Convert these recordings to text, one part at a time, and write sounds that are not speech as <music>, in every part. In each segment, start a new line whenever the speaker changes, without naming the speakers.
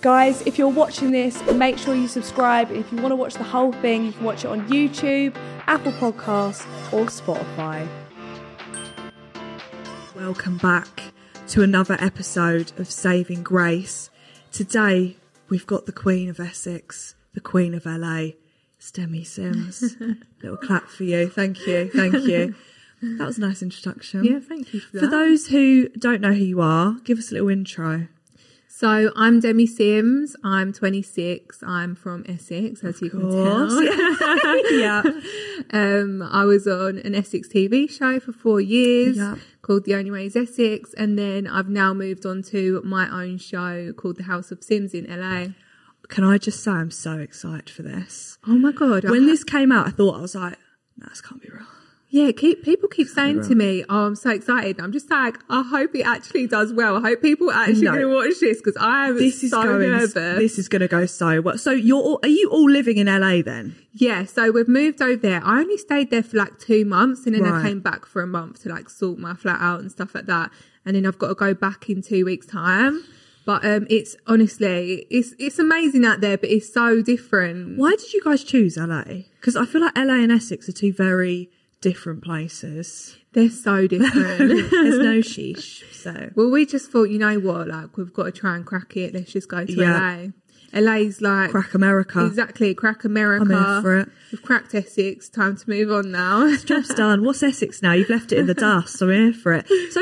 Guys, if you're watching this, make sure you subscribe. If you want to watch the whole thing, you can watch it on YouTube, Apple Podcasts, or Spotify.
Welcome back to another episode of Saving Grace. Today we've got the Queen of Essex, the Queen of LA, Stemmy <laughs> Sims. Little clap for you. Thank you. Thank you. That was a nice introduction.
Yeah, thank you for that.
For those who don't know who you are, give us a little intro.
so I'm Demi Sims. I'm 26. I'm from Essex, as you can tell. <laughs>
yeah.
Um, I was on an Essex TV show for four years
Yeah.
called The Only Way is Essex, and then I've now moved on to my own show called The House of Sims in LA.
Can I just say I'm so excited for this?
Oh my god! I-
When this came out, I thought I was like, nah, this can't be real.
yeah, keep, people keep saying to me, "Oh, I'm so excited!" I'm just like, I hope it actually does well. I hope people are actually
No.
going to watch this because I am
This is
so
going.
nervous.
This is going to go so well. So you're all, are you all living in LA then?
Yeah, so we've moved over there. I only stayed there for like two months and then
Right.
I came back for a month to like sort my flat out and stuff like that. And then I've got to go back in two weeks' time. But um it's honestly it's it's amazing out there, but it's so different.
Why did you guys choose LA? Because I feel like LA and Essex are two very different places.
They're
<laughs>
so different.
There's
<laughs>
no sheesh, so
well, we just thought, you know what, like we've got to try and crack it. Let's just go to
Yeah.
LA. LA's like
crack America.
Exactly, crack America.
I'm in for it.
We've cracked Essex. Time to move on now.
Job's done. What's Essex now? You've left it in the dust. so I'm here for it. So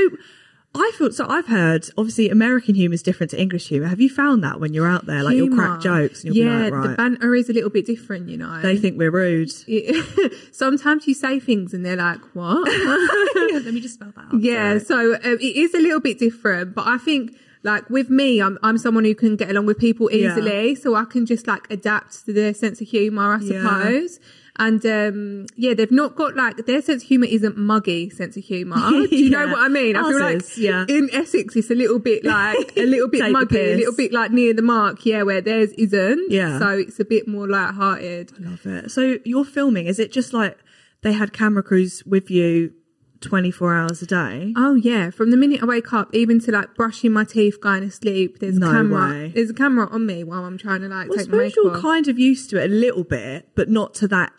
I feel so. I've heard obviously American humour is different to English humour. Have you found that when you're out there, like you'll crack
Humour.
jokes and you'll
yeah,
be like,
the
right,
banter is a little bit different, you know.
they think we're <laughs> rude.
It- <laughs> sometimes you say things and they're like,
<laughs>
what?
Let me just spell that. out.
yeah. So um, it is a little bit different, but I think like with me, I'm, I'm someone who can get along with people
Yeah.
easily. So I can just like adapt to their sense of humor, I
Yeah.
suppose. And um yeah, they've not got like their sense of humour isn't muggy sense of
<laughs>
humour. Do you know
Yeah.
what I mean? I feel
Ours
like
is, yeah.
in Essex it's a little bit like a little
<laughs> Take
bit
the
muggy, a
piss.
little bit like near the mark, yeah, where theirs isn't.
Yeah.
So it's a bit more light hearted.
Love it. So you're filming. Is it just like they had camera crews with you 24 hours a day?
Oh yeah, from the minute I wake up, even to like brushing my teeth, going to sleep, there's
No
a camera.
way.
There's a camera on me while I'm trying to like
Well, I
take my
suppose
makeup
you're
off.
kind of used to it a little bit, but not to that.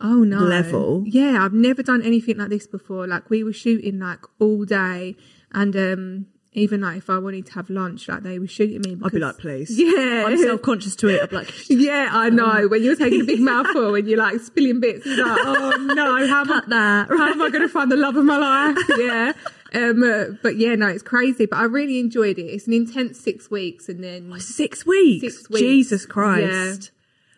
oh no,
level.
Yeah, I've never done anything like this before. Like we were shooting like all day, and um even like if I wanted to have lunch, like they were shooting me.
I'd be
because-
like, please.
<laughs> Yeah.
I'm Um, self conscious to it. I'm like,
Yeah, I know. When you're taking a
<laughs>
big mouthful and you're like spilling bits, you're like, oh no, how about
cut that.
how am I going to find the love of my life? <laughs> Yeah. Um, uh, but yeah, no, it's crazy. But I really enjoyed it. It's an intense six weeks, and then
Oh, Six weeks.
Six weeks.
Jesus Christ.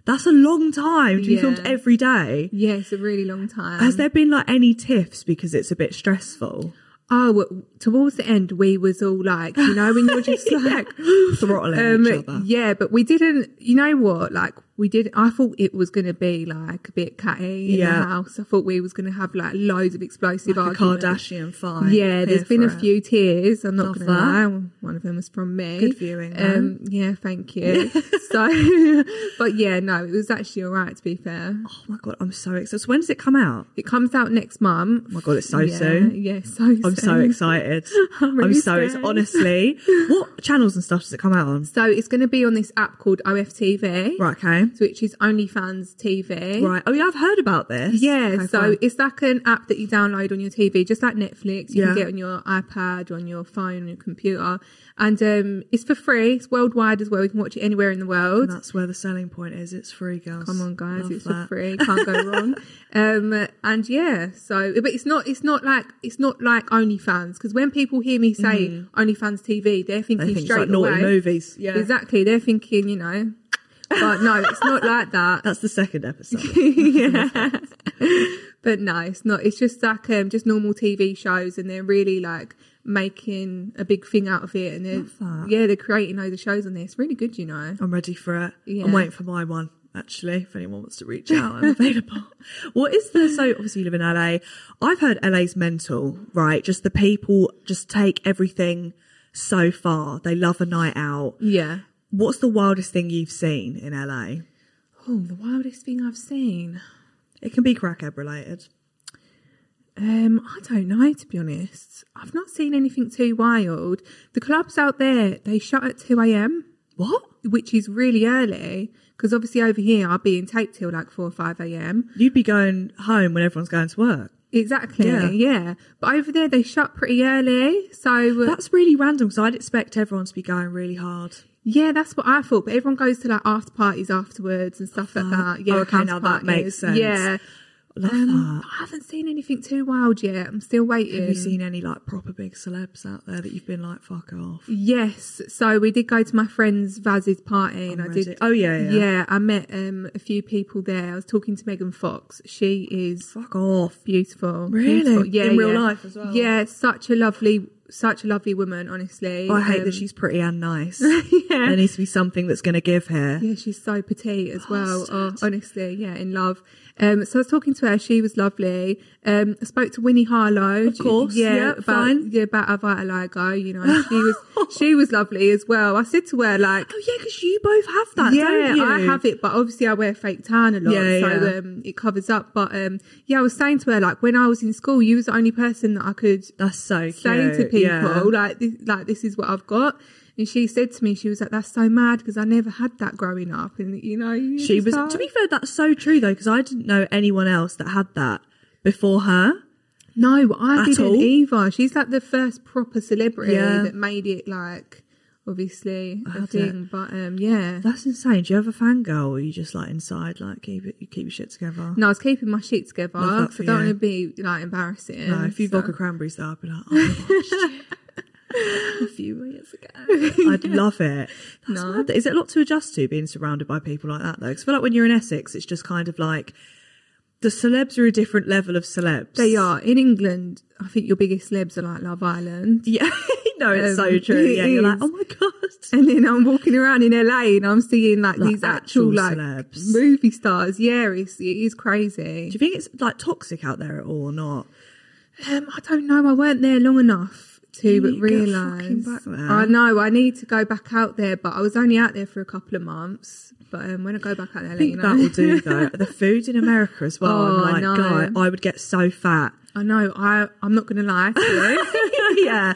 That's a long time to be
Yeah.
filmed every day.
yeah, it's a really long time.
Has there been like any tiffs because it's a bit stressful?
oh, well, towards the end, we was all like, you know,
<laughs>
when you're just like,
Throttling each other.
um, yeah, but we didn't. You know what? Like we did. I thought it was going to be like a bit catty in
Yeah.
the house. I thought we was going to have like loads of explosive
Like a
arguments.
Kardashian five.
Yeah, there's been a few tears. I'm not
Love
going to
that.
lie. One of them was from me.
Good viewing, though.
Um, yeah, thank you. <laughs> so, <laughs> but yeah, no, it was actually all right, to be fair.
Oh my God, I'm so excited. So when does it come out?
It comes out next month.
Oh my God, it's so
yeah,
soon.
Yeah, so
I'm so
<laughs>
excited. I'm,
really
so excited.
scared.
Honestly, what channels and stuff does it come out on?
So it's going to be on this app called OFTV,
Right, okay.
which is OnlyFans TV.
Right. Oh, yeah, I've heard about this.
Yeah,
Okay,
so
fine.
it's like an app that you download on your TV, just like Netflix. You
Yeah.
can get it on your iPad, on your phone, on your computer, and um, it's for free. It's worldwide as well. You can watch it anywhere in the world.
And that's where the selling point is. It's free, girls.
Come on, guys,
Love
it's
that.
for free. Can't go wrong.
<laughs>
Um, and yeah, so but it's not. It's not like it's not like OnlyFans because when people hear me say OnlyFans TV,
Mm.
they're
They
thinking
think it's
straight
like naughty
away.
movies. Yeah.
Exactly, they're thinking you know. But no, it's not like
<laughs>
that. <laughs>
That's the second episode.
yeah. but no, it's not. It's just like um, just normal TV shows, and they're really like making a big thing out of it. And
that.
they're, yeah, they're creating loads of shows on there. It's really good, you know.
I'm ready for it.
Yeah.
I'm waiting for my one, actually, if anyone wants to reach out, I'm available. <laughs> What is the, so obviously you live in LA. I've heard LA's mental, right? Just the people just take everything so far. They love a night out.
Yeah.
What's the wildest thing you've seen in LA?
Oh, the wildest thing I've seen.
It can be crackhead related.
Um, I don't know to be honest. I've not seen anything too wild. The clubs out there, they shut at two a.m.
What?
which is really early because obviously over here I'll be in tape till like four or five a.m.
You'd be going home when everyone's going to work.
Exactly.
Yeah.
Yeah. But over there they shut pretty early, so uh,
That's really random because I'd expect everyone to be going really hard.
yeah, that's what I thought. But everyone goes to like after parties afterwards and stuff like
Oh,
that. Yeah.
okay,
house
now that makes sense.
Yeah.
Love
Um,
that.
I haven't seen anything too wild yet. I'm still waiting.
Have you seen any like proper big celebs out there that you've been like, fuck off?
Yes, so we did go to my friend's Vaz's party, and
On
I did.
Reddit. Oh, yeah, yeah.
I met um, a few people there. I was talking to Megan Fox. She is
Fuck off.
beautiful,
Really?
beautiful. yeah,
In real
yeah.
life as well?
Yeah, such a lovely, such a lovely woman. Honestly,
Oh, I hate
Um,
that she's pretty and nice.
<laughs> yeah.
There needs to be something that's going to give her.
Yeah, she's so petite as well. Oh, honestly, yeah, in love. Um, so I was talking to her. She was lovely. Um, I spoke to Winnie Harlow. Of
course, yeah,
about,
fine.
Yeah, about our vitiligo. You know,
<laughs>
she was she was lovely as well. I said to her like,
Oh, yeah, because you both have that,
yeah,
don't you?
I have it, but obviously I wear fake tan a lot,
Yeah,
so
yeah.
Um, it covers up. But um, yeah, I was saying to her like, when I was in school, you was the only person that I could
That's so cute.
say to people
yeah.
like this, like this is what I've got. And she said to me, she was like, "That's so mad because I never had that growing up." And you know, you
She
just
was.
like-
To be fair, that's so true though, because I didn't know anyone else that had that before her.
no, I
at
didn't
all.
either. She's like the first proper celebrity
Yeah.
that made it like obviously
I
a
had
thing. But um, yeah,
That's insane. Do you have a fangirl, or are you just like inside, like keep it, you keep your shit together?
no, I was keeping my shit together
Love that
'cause
for
I don't
you.
want to be like embarrassing.
No, a few
so-
Uh, vodka cranberries though, I'd be like, oh,
<laughs>
gosh, a few years ago. <laughs> I'd love it. That's
No.
mad. Is it a lot to adjust to being surrounded by people like that though? Because I feel like when you're in Essex, it's just kind of like the celebs are a different level of celebs.
They are in England. I think your biggest celebs are like Love Island.
<laughs> Yeah, <laughs> no, it's
Um,
so true.
it
Yeah, you're like,
is.
oh my god.
<laughs> And then I'm walking around in LA and I'm seeing like,
Like
these actual,
actual
like
celebs.
movie stars. Yeah, it's, it is
Do
crazy.
you think it's like toxic out there at all or not?
Um, I don't know. I weren't there long enough to
You need to get fucking
realise.
back there.
I know. I need to go back out there, but I was only out there for a couple of months. But um, when I go back out there,
I
I'll let
think
you know.
that will do though. The food in America as well.
Oh, I
I'm
know.
like, God, I would get so fat.
<laughs>
<laughs>
I know. I I'm not going to lie. To you. <laughs>
yeah,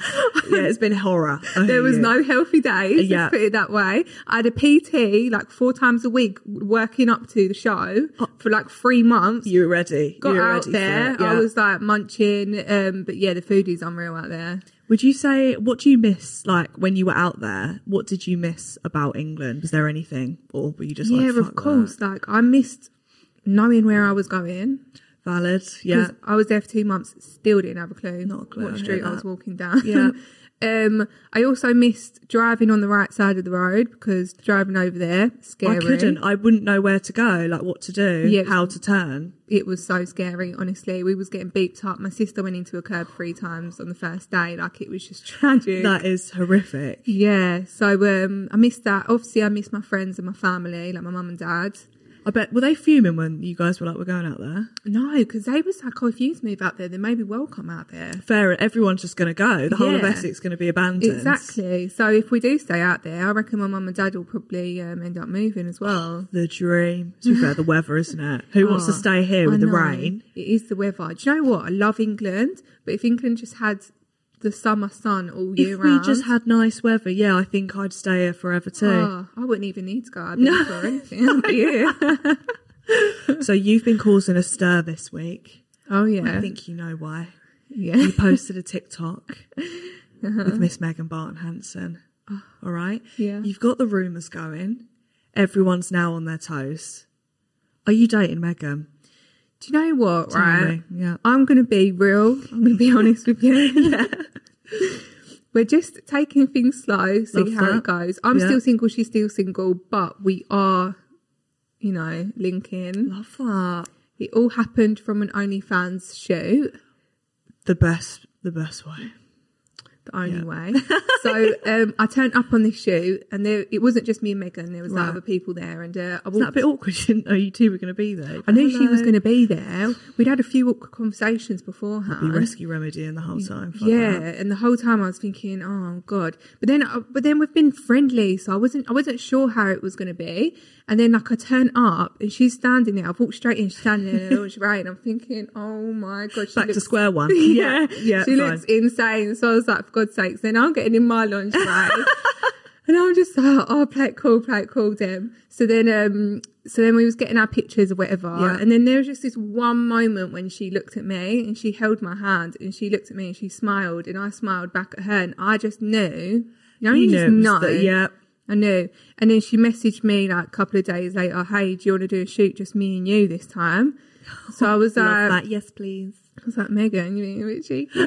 yeah, it's been horror. I
There
hear
was
you.
no healthy days,
Yeah.
let's put it that way. I had a PT like four times a week working up to the show
Oh.
for like three months.
You were ready.
Got
you were
out
ready for
there,
it, yeah.
I was like munching. Um, but yeah, the food is unreal out there.
Would you say what do you miss? Like when you were out there, what did you miss about England? Was there anything, or were you just like,
yeah,
"Fuck
of course. Like I missed knowing where I was going.
that"? valid? Yeah,
'Cause I was there for two months, still didn't have a clue.
Not a clue, I
What
hear
street I was
that.
walking down.
Yeah.
<laughs> um, I also missed driving on the right side of the road because driving over there scary.
I couldn't. I wouldn't know where to go, like what to do,
Yeah.
how to turn.
It was so scary. Honestly, we was getting beeped up. My sister went into a curb three times on the first day. Like it was just <laughs> tragic.
That is horrific.
yeah, so um, I missed that. Obviously, I missed my friends and my family, like my mum and dad.
I bet were they fuming when you guys were like, "We're going out there."
No, because they was like, "Oh, if you move out there, then maybe welcome out there."
Fair. Everyone's just going to go. The whole of
Yeah.
Essex going to be abandoned.
Exactly. So if we do stay out there, I reckon my mum and dad will probably um, end up moving as <sighs> well.
The dream. To be fair, the weather, isn't it? Who wants to
Oh,
stay here
I
with the
know.
rain?
It is the weather. Do you know what? I love England, but if England just had the summer sun all year
If we
round,
just had nice weather, yeah, I think I'd stay here forever too.
oh, I wouldn't even need to <laughs> go out there or anything. yeah.
so you've been causing a stir this week.
<laughs> Oh yeah.
I think you know why.
yeah.
You posted a TikTok with Miss Megan Barton Hanson. All right.
Uh-huh. Oh. Yeah.
You've got the rumours going. Everyone's now on their toes. Are you dating Megan?
Do you know what? Right.
me, yeah.
I'm going to be real. I'm going to
<laughs>
be honest with you. <laughs> We're just taking things slow, see
Love
how
that.
it goes. I'm
Yeah.
still single. She's still single, but we are, you know, linking.
Love that.
It all happened from an OnlyFans shoot.
The best, the best way.
The
<laughs>
only way. so um, I turned up on this shoot, and there it wasn't just me and Megan. There was like
Right.
other people there, and uh, I
Isn't that a
walked
bit awkward? <laughs> You didn't know you two were going to be there.
I knew she was
Hello.
going to be there. We'd had a few awkward conversations beforehand.
be rescue remedy in the whole time. Fuck
yeah,
that.
and the whole time I was thinking, oh god. But then, uh, but then we've been friendly, so I wasn't, I wasn't sure how it was going to be. And then, like, I turn up and she's standing there. I've walked straight in, she's standing there, and right. And I'm thinking, oh my god, she
Back to
<laughs> looks-
square one.
yeah,
<laughs> yeah. fine. <laughs>
she looks insane. So I was like, for God's sakes, then I'm getting in my lingerie. And I'm just like, oh, play it cool, play it cool, Dem. So then, um, so then we was getting our pictures or whatever.
Yeah.
And then there was just this one moment when she looked at me and she held my hand and she looked at me and she smiled and I smiled back at her and I just knew. You know, you,
You
just
know,
know.
that, yeah.
I knew. And then she messaged me like a couple of days later, hey, do you want to do a shoot just me and you this time? So I was uh,
Love
like,
that. Yes, please.
I was like, Megan, you mean a bit cheeky? <laughs> so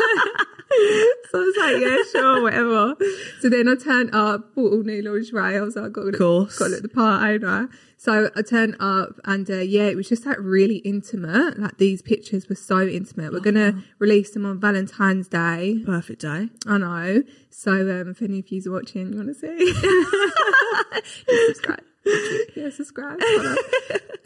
I was like, yeah, sure, whatever. So then I turned up, bought all new lingerie. I was like, I've got to look,
Course.
got to look the part, ain't I? So I turned up and, uh, yeah, it was just like really intimate. Like these pictures were so intimate. We're going to release them on Valentine's Day.
Perfect day.
I know. So um, if any of you are watching, you want to <laughs> see, subscribe. <laughs> yeah, subscribe. follow.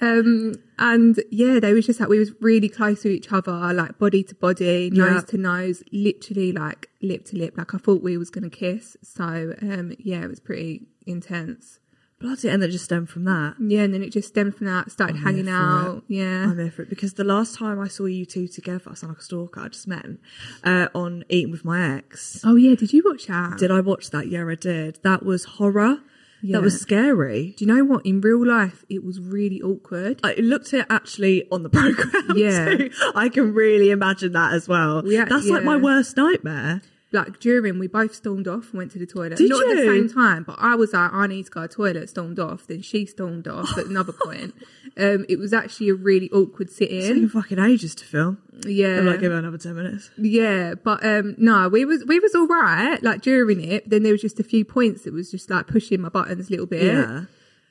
um, and yeah, they was just like we was really close to each other, like body to body, nose
Yeah.
to nose, literally like lip to lip. Like I thought we was gonna kiss. So um, yeah, it was pretty intense.
Bloody, and it just stemmed from that.
Yeah, and then it just stemmed Oh, from that. Started hanging
for
out. Yeah,
I'm here for it because the last time I saw you two together, I sound like a stalker. I just met him, uh, on Eating with My Ex.
Oh yeah, did you watch that?
Did I watch that? Yeah, I did. That was horror.
Yeah.
That was scary.
Do you know what? In real life, it was really awkward.
I looked at actually on the <laughs> program.
Yeah.
so I can really imagine that as well.
Yeah,
That's like
yeah.
my worst nightmare.
like during we both stormed off and went to the toilet.
Did
Not at the
you?
same time, but I was like, I need to go to the toilet, stormed off, then she stormed off
<laughs>
at another point. Um it was actually a really awkward sit
It's taking
in.
fucking ages to film.
Yeah.
I'm like, give it another 10 minutes.
Yeah, but um no, we was we was all right, like during it. Then there was just a few points that was just like pushing my buttons a little bit.
Yeah.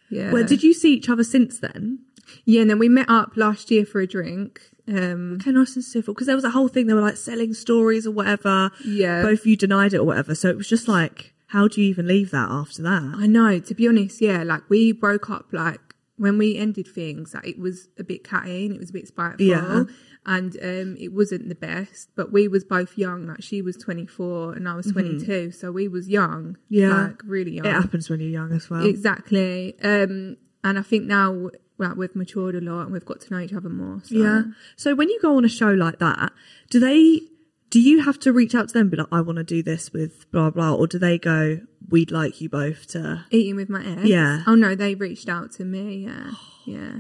Yeah.
Well, did you see each other since then?
yeah, and then we met up last year for a drink. Um
Okay, nice and civil. Because there was a whole thing, they were like selling stories or whatever.
Yeah.
Both of you denied it or whatever. So it was just like, how do you even leave that after that?
I know, to be honest, yeah, like we broke up like when we ended things, like it was a bit catty and it was a bit spiteful.
Yeah.
And um it wasn't the best. But we was both young, like she was twenty four and I was twenty so we was young.
Mm-hmm. Yeah.
Like really young.
It happens when you're young as well.
Exactly. Um and I think now like we've matured a lot and we've got to know each other more. So.
yeah. Um, So when you go on a show like that, do they, do you have to reach out to them and be like, I want to do this with blah, blah, or do they go, we'd like you both to?
Eating with my ex.
Yeah.
Oh no, they reached out to me,
<sighs>
yeah. Yeah.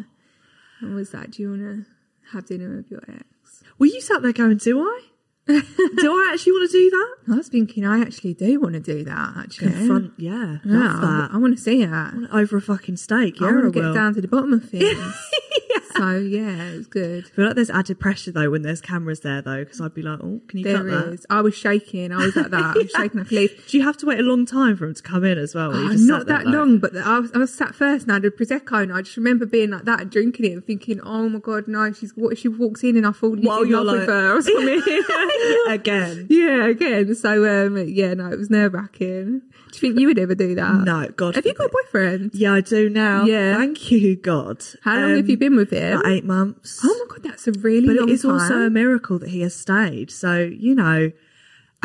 And was like, Do you wanna have dinner with your ex?
Were you sat there going, do I? <laughs> do I actually want to do that?
I was thinking, I actually do want to do that. Actually,
Confront, yeah.
yeah,
Love
I,
that.
want to see that.
Over a fucking steak, yeah,
I
I
want to get
will.
down to the bottom <laughs> of things. So yeah, it's good.
I feel like there's added pressure though when there's cameras there though, because I'd be like, oh, can you
There
cut that?
is. I was shaking. I was like <laughs> that. I was shaking off leaf.
Do you have to wait a long time for him to come in as well? or you
Oh,
just
not
sat there
that
like-
long, but I was, I was sat first and I had a prosecco, and I just remember being like that and drinking it and thinking, "Oh my god, no! She's what if she walks in and I fall
While
in
you're
love
like-
with her or something."
<laughs>
<laughs>
Again.
yeah, again. So um, yeah, no, it was nerve wracking. Do you think you would ever do that?
No, God
Uh, Have you got a
forbid.
boyfriend?
Yeah, I do now.
Yeah.
Thank you, God.
How long
Um,
have you been with him?
About eight months.
Oh my god, that's a really
but
long
it is
time.
also a miracle that he has stayed. So, you know,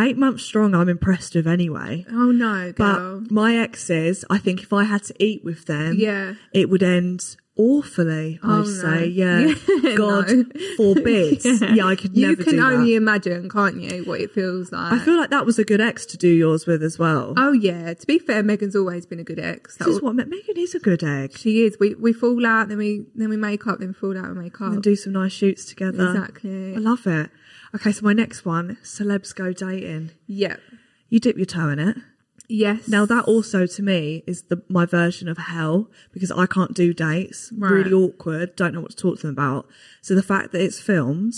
eight months strong, I'm impressed with anyway.
oh no,
But
girl.
my exes, I think if I had to eat with them, <laughs>
Yeah.
it would end awfully. I'd
no.
say, Oh, <laughs> yeah,
Yeah,
God
no. <laughs>
forbid. <laughs> yeah. I could
you
never
can
do
only
that.
imagine, can't you, what it feels like?
I feel like that was a good ex to do yours with as well.
oh yeah. To be fair, Megan's always been a good ex. That
this is
was-
what Megan is a good egg.
she is. We we fall out, then we then we make up, then we fall out and make up.
And do some nice shoots together.
Exactly.
I love it. Okay, so my next one, celebs go dating.
yeah.
You dip your toe in it.
Yes.
Now that also to me is the my version of hell because I can't do dates.
Right.
Really awkward. Don't know what to talk to them about. So the fact that it's filmed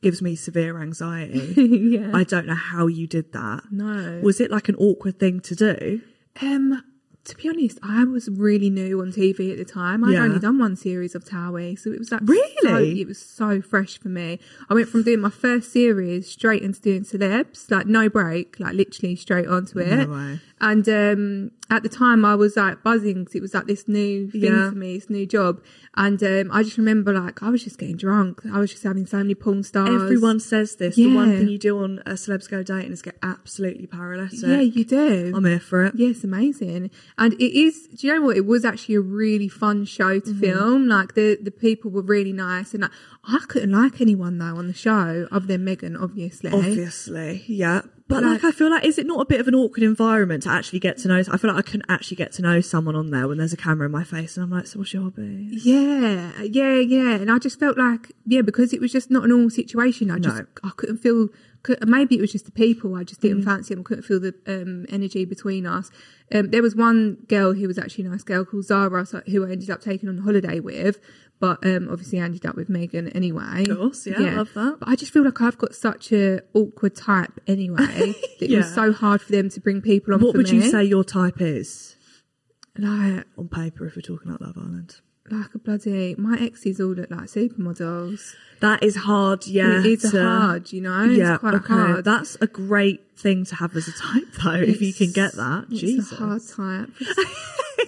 gives me severe anxiety.
<laughs> yeah.
I don't know how you did that.
No.
Was it like an awkward thing to do?
Um, to be honest, I was really new on TV at the time. I'd
Yeah.
only done one series of Towie, so it was like
Really?
so- it was so fresh for me. I went from doing my first series straight into doing celebs, like no break, like literally straight onto it.
way.
And um, at the time, I was like buzzing 'cause it was like this new thing
Yeah.
for me, this new job. And um, I just remember like I was just getting drunk. I was just having so many porn stars.
Everyone says this. The one
Yeah.
thing you do on a celebs go dating is get absolutely paralytic.
yeah, you do.
I'm here for it.
Yes, amazing. And it is. Do you know what? It was actually a really fun show to film. Like the the people were really nice, and like, I couldn't like anyone though on the show other than Megan, obviously.
Obviously, Mm-hmm. yeah. But like, I feel like, is it not a bit of an awkward environment to actually get to know? I feel like I couldn't actually get to know someone on there when there's a camera in my face, and I'm like, so what's your hobby?
Yeah, yeah, yeah. And I just felt like, yeah, because it was just not a normal situation. I just,
No. Mm.
I couldn't feel, could, maybe it was just the people. I just didn't fancy them. I couldn't feel the um, energy between us. Um, there was one girl who was actually a nice girl called Zara, so- who I ended up taking on holiday with. But um, obviously, I ended up with Megan anyway.
Of course, yeah, love that.
But I just feel like I've got such a awkward type anyway.
<laughs>
that It
Yeah.
was so hard for them to bring people on.
What
for
would you
me.
say your type is
Like,
on paper if we're talking about Love Island?
like a bloody. My exes all look like supermodels.
That is hard. Yeah,
it is
to-
hard, you know.
Yeah,
it's quite
okay.
hard.
That's a great thing to have as a type, though, if you can get that.
it's
Jesus,
a hard
<laughs>
type.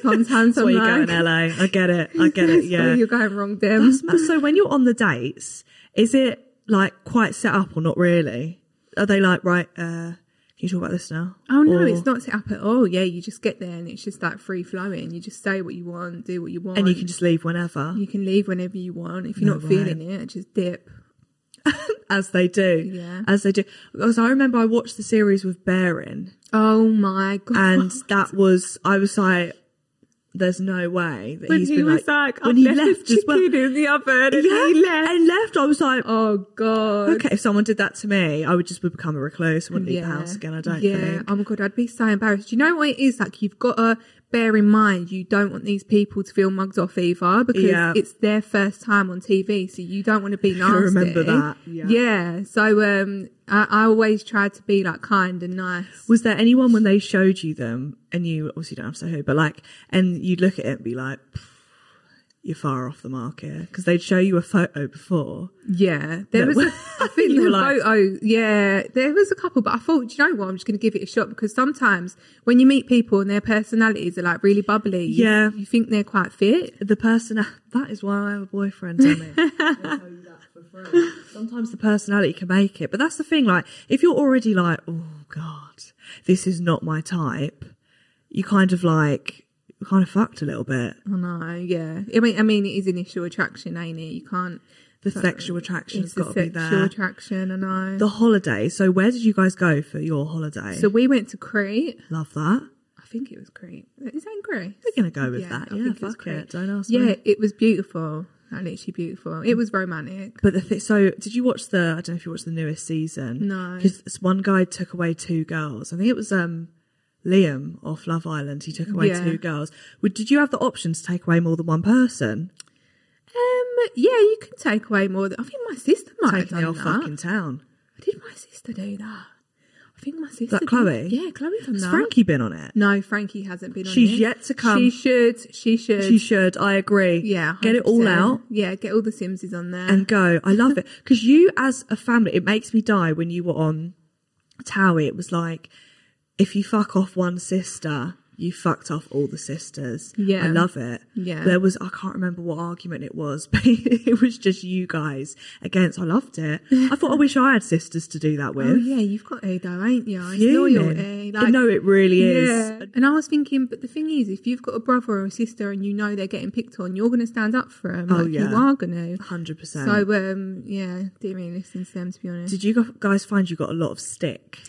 Sometimes
that's
I'm
where you go <laughs>
like,
in LA. I get it. I
<laughs>
get it. Yeah,
you're going wrong, Dem.
That's mad. so when you're on the dates, is it like quite set up or not really? Are they like right? uh Can you talk about this now?
<laughs> Oh no,
Or-
it's not set up at all. Yeah, you just get there and it's just like free flowing. You just say what you want, do what you want,
And you can just leave whenever,
you can leave whenever you want. If you're
No,
not
right.
feeling it, just dip.
as they do,
Yeah.
as they do. Because I remember I watched the series with Baron,
Oh my god!
and that was I was like, "There's no way that
when
he's
he
been
was like, when he left
as well."
chicken in the oven, and
yeah,
he left.
and left. I was like,
Oh god!
okay, if someone did that to me, I would just would become a recluse. I wouldn't leave the house again. I don't
Yeah.
think.
Oh my god, I'd be so embarrassed. Do you know what it is? Like you've got to bear in mind you don't want these people to feel mugged off either because
Yeah.
it's their first time on TV, so you don't want to be
<laughs>
nasty.
remember that, yeah.
Yeah. So um, I, I always try to be like kind and nice.
Was there anyone when they showed you them, and you obviously don't have to say who, but like, and you'd look at it and be like, "Pff, you're far off the mark here, because they'd show you a photo before.
Yeah. There
<laughs>
was. A, I think
You
the
were like-
photo. Yeah. There was a couple, but I thought, do you know what? I'm just going to give it a shot because sometimes when you meet people and their personalities are like really bubbly, you-
Yeah.
you think they're quite fit.
The person that is why I have a boyfriend. I mean. <laughs> I'll tell you that for free. Sometimes the personality can make it, but that's the thing. Like, if you're already like, oh god, this is not my type, you kind of like, you're kind of fucked a little bit.
I know, yeah. I mean, I mean, it is initial attraction, ain't it? You can't.
The sexual attraction's
It's
got
a
to be
sexual
there.
attraction, I know.
The holiday. So, where did you guys go for your holiday?
so we went to Crete.
Love that.
I think it was Crete. Is that in Crete?
We're gonna go with that.
I
Yeah,
think was
fuck
Crete.
it. Don't ask.
Yeah,
me.
it was beautiful. Like, literally beautiful. It was romantic.
But the thi- so did you watch the? I don't know if you watched the newest season.
No.
Because this one guy took away two girls. I think it was um Liam off Love Island. He took away
Yeah.
two girls. Would, did you have the option to take away more than one person?
Um, yeah, you can take away more. Than, I think my sister might have
Taking the
done
whole
that.
fucking town.
Did my sister do that? I think my sister.
that
did-
Chloe?
Yeah, Chloe done
Has
that.
Frankie been on it?
No, Frankie hasn't been on
She's
it.
yet to come.
She should. She should.
She should. I agree.
yeah.
Get it all
100%.
out.
Yeah, get all the Simses on there.
and go. I love it because you, as a family, it makes me die when you were on Towie. It was like if you fuck off one sister, you fucked off all the sisters.
Yeah.
I love it.
Yeah.
there was I can't remember what argument it was, <laughs> but it was just you guys against. I loved it. I thought I wish I had sisters to do that with.
Oh yeah, you've got A though, ain't you? Oh, It's
Fuming.
loyalty. Like,
no, it really is.
yeah. And I was thinking, but the thing is, if you've got a brother or a sister and you know they're getting picked on, you're going to stand up for them.
Oh,
like,
yeah.
you are going to.
Hundred
So
percent.
um, yeah, didn't really listen to them to be honest.
Did you gu- guys find you got a lot of stick?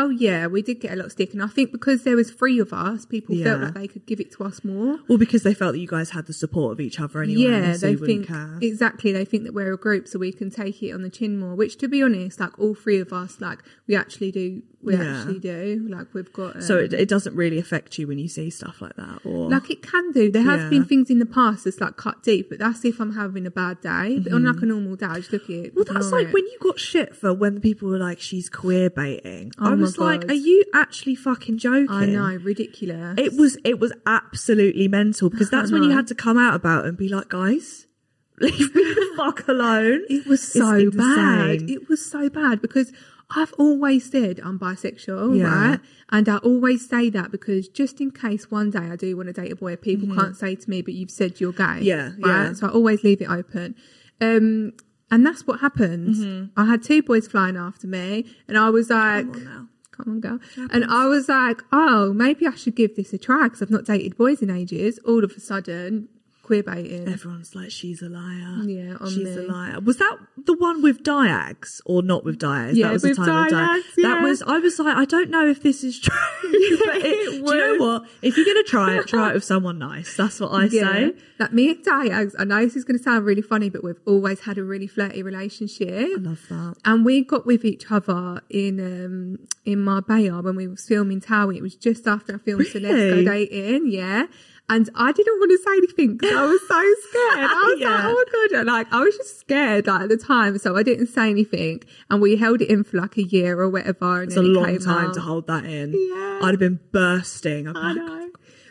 oh yeah, we did get a lot of stick, and I think because there was three of us, people felt
Yeah.
like they could give it to us more.
Well, because they felt that you guys had the support of each other anyway.
Yeah,
so
they
you wouldn't
think
care.
exactly. They think that we're a group, so we can take it on the chin more. Which, to be honest, like all three of us, like we actually do, we
Yeah.
actually do. Like we've got. Um,
So it, it doesn't really affect you when you see stuff Mm. like that, or
Like it can do. There has
Yeah.
been things in the past that's like cut deep, but that's if I'm having a bad day. But on like a normal day, I just look at
Mm-hmm.
it.
well, that's
ignore
like
it.
when you got shit for when people were like, "She's queer baiting."
Oh
I
my
was like,
God.
"Are you actually fucking joking?"
I know, ridiculous.
It was it was absolutely mental because that's when you
know.
had to come out about it and be like, "Guys, <laughs> leave me the fuck alone."
It was
It's
so bad.
insane.
It was so bad because I've always said I'm bisexual,
Yeah.
right? And I always say that because just in case one day I do want to date a boy, people can't say to me, but you've said you're gay.
Mm-hmm. Yeah,
Right.
yeah.
So I always leave it open. Um, and that's what happened. I had two boys flying after me, and I was like,
Mm-hmm. on now.
Come on, girl. And I was like, oh, maybe I should give this a try because I've not dated boys in ages. All of a sudden, queer baiting.
Everyone's like, she's a liar.
Yeah, on
she's a
me.
liar. Was that the one with Diags or not with Diags?
Yeah,
that was
with
the time
Diags,
with Diags. That
yeah.
was. I was like, I don't know if this is <laughs> true. but it,
it
do you
was.
know what? If you're gonna try it, <laughs> try it with someone nice. That's what I say.
Like me and Diags, I know this is going to sound really funny, but we've always had a really flirty relationship.
I love that.
and we got with each other in um in Marbella when we was filming Towie. It was just after I filmed really? Let's Go
Really?
Dating, yeah. And I didn't want to say anything 'cause I was
<laughs>
so scared. I was
Yeah.
like, oh my god, like I was just scared like, at the time, so I didn't say anything. And we held it in for like a year or whatever. And
It's a
then it
long
came
time
out.
to hold that in.
Yeah.
I'd have been bursting. I'd be
I
like,
know,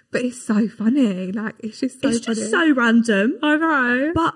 but it's so funny. Like it's just so
it's
funny.
just so random.
I know.
But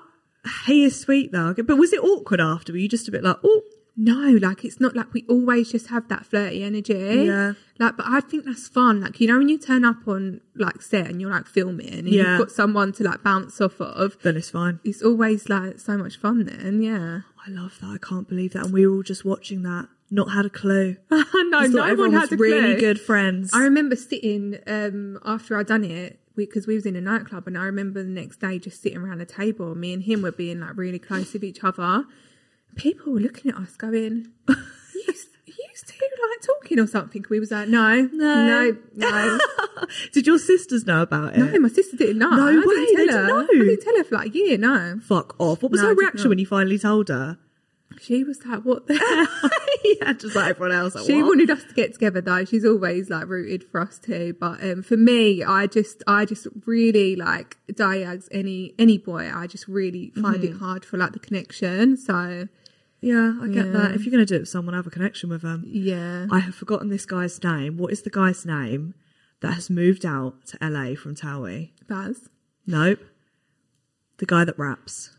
he is sweet though. But was it awkward after? Were you just a bit like, oh,
No, like it's not like we always just have that flirty energy.
Yeah.
Like, but I think that's fun. Like, you know, when you turn up on like set and you're like filming and
Yeah.
you've got someone to like bounce off of,
then it's fine.
it's always like so much fun then. Yeah. <laughs>
I love that. I can't believe that. And we were all just watching that, not had a clue.
no,
Just thought
no one
everyone
had
was
a
really
clue.
good friends.
I remember sitting um, after I'd done it because we was in a nightclub, and I remember the next day just sitting around a table. Me and him were being like really close with each other. People were looking at us, going, "You, you two like talking or something?" We was like, "No, no,
No.
<laughs>
<laughs>
no."
Did your sisters know about it?
No, my sister didn't know.
No
I
way,
didn't
they didn't
tell her.
know.
I didn't tell her for like a year. No,
Fuck off. What was
No, I
her
did
reaction
not.
when you finally told her?
she was like,
<laughs>
"What the hell?"
yeah, just like everyone else. Like,
She
what?
wanted us to get together though. She's always like rooted for us too. But um, for me, I just, I just really like Diags. Any any boy, I just really find it
Mm-hmm.
hard for like the connection. So
yeah, I get
Yeah.
that. If you're going to do it with someone, have a connection with them.
yeah,
I have forgotten this guy's name. What is the guy's name that has moved out to LA from Towie?
Baz.
Nope. The guy that raps.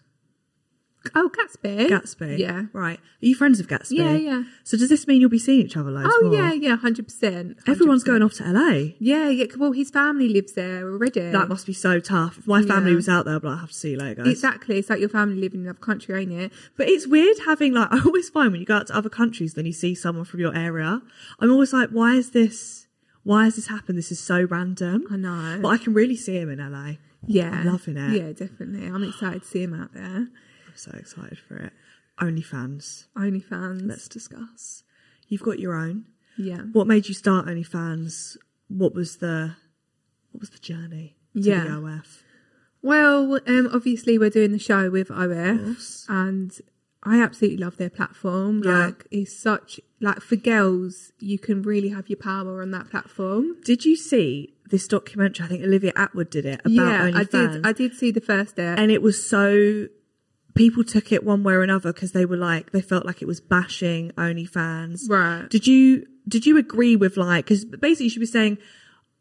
Oh, Gatsby.
Gatsby.
Yeah.
Right. Are you friends with Gatsby?
Yeah, yeah.
So does this mean you'll be seeing each other loads
Oh
more?
yeah, yeah, hundred percent.
Everyone's going off to LA.
Yeah, yeah. Well, his family lives there already.
That must be so tough. If my family
Yeah.
was out there, I'd be like, I have to see you later, guys.
exactly. It's like your family living in another country, ain't it?
But it's weird having like <laughs> I always find when you go out to other countries, then you see someone from your area. I'm always like, why is this? Why has this happened? This is so random.
I know.
But I can really see him in LA.
Yeah,
I'm loving it.
Yeah, definitely. I'm excited to see him out there.
I'm so excited for it. OnlyFans.
OnlyFans.
Let's discuss. You've got your own.
yeah.
What made you start OnlyFans? What was the what was the journey to
Yeah.
the OF?
Well, um, obviously we're doing the show with OF, and I absolutely love their platform.
Yeah.
Like, it's such like for girls, you can really have your power on that platform.
Did you see this documentary? I think Olivia Atwood did it about
yeah,
OnlyFans.
I did. I did see the first day.
and it was so people took it one way or another because they were like they felt like it was bashing OnlyFans.
Right.
Did you did you agree with like because basically she was saying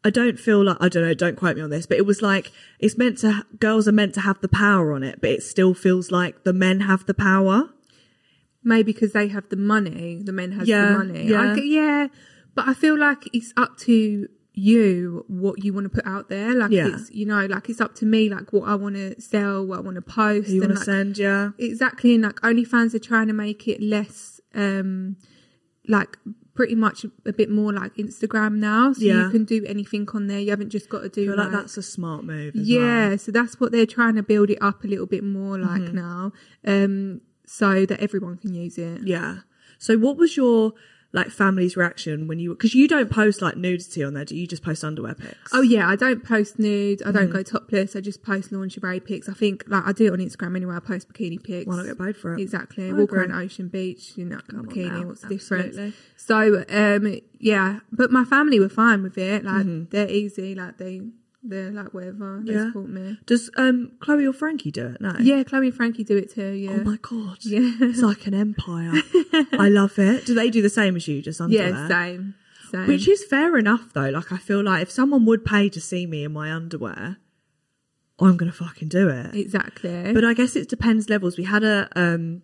I don't feel like I don't know. Don't quote me on this, but it was like it's meant to girls are meant to have the power on it, but it still feels like the men have the power.
Maybe because they have the money, the men has
Yeah,
the money.
yeah.
I g- yeah. But I feel like it's up to you what you want to put out there. Like
Yeah.
it's you know, like it's up to me, like what I want to sell, what I want to post.
You
and,
want to
like,
send, yeah?
exactly and like OnlyFans are trying to make it less um like pretty much a bit more like Instagram now. So you
Yeah.
can do anything on there. You haven't just got to do
I feel like
like-
that's a smart move. As
yeah,
well.
so that's what they're trying to build it up a little bit more like
Mm-hmm.
now. Um so that everyone can use it.
yeah. So what was your like family's reaction when you because you don't post like nudity on there? Do you just post underwear pics?
Oh yeah, I don't post nudes. I don't
Mm-hmm.
go topless. I just post lingerie pics. I think like I do it on Instagram anyway. I post bikini pics.
Why not get paid for it?
Exactly.
I
Walk
agree.
around Ocean Beach, you know,
on
bikini.
now,
What's the difference?
absolutely.
So um, yeah, but my family were fine with it. Like they're easy. Like they they're like whatever. They
Mm-hmm. Yeah.
support me.
Does um Chloe or Frankie do it? No.
Yeah, Chloe and Frankie do it too. Yeah.
Oh my god.
Yeah.
It's like an
<laughs>
empire. I love it. Do they do the same as you? Just underwear.
yeah. Same. Same.
Which is fair enough though. Like I feel like if someone would pay to see me in my underwear, I'm gonna fucking do it.
exactly.
But I guess it depends levels. We had a um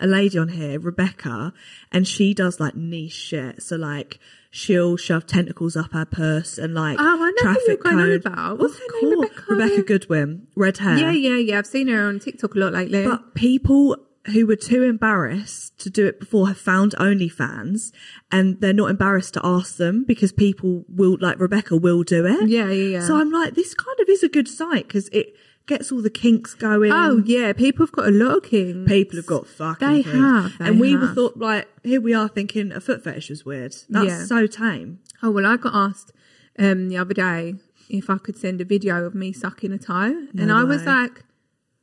a lady on here, Rebecca, and she does like niche shit. So like she'll shove tentacles up her purse and like
Oh, I know who you're
traffic
going on
code.
about. What's
Of
her name?
course.
Rebecca?
Rebecca Goodwin, red hair.
yeah, yeah, yeah. I've seen her on TikTok a lot lately.
But people who were too embarrassed to do it before have found OnlyFans and they're not embarrassed to ask them because people will, like Rebecca, will do it.
Yeah, yeah, yeah.
So I'm like, this kind of is a good site because it gets all the kinks going.
Oh yeah, people have got a lot of kings.
people have got fucking.
They
kinks.
have, they
and we were
have.
thought like here we are thinking a foot fetish was weird. That's
Yeah.
so tame.
Oh well, I got asked um, the other day if I could send a video of me sucking a toe, and I was
way.
like,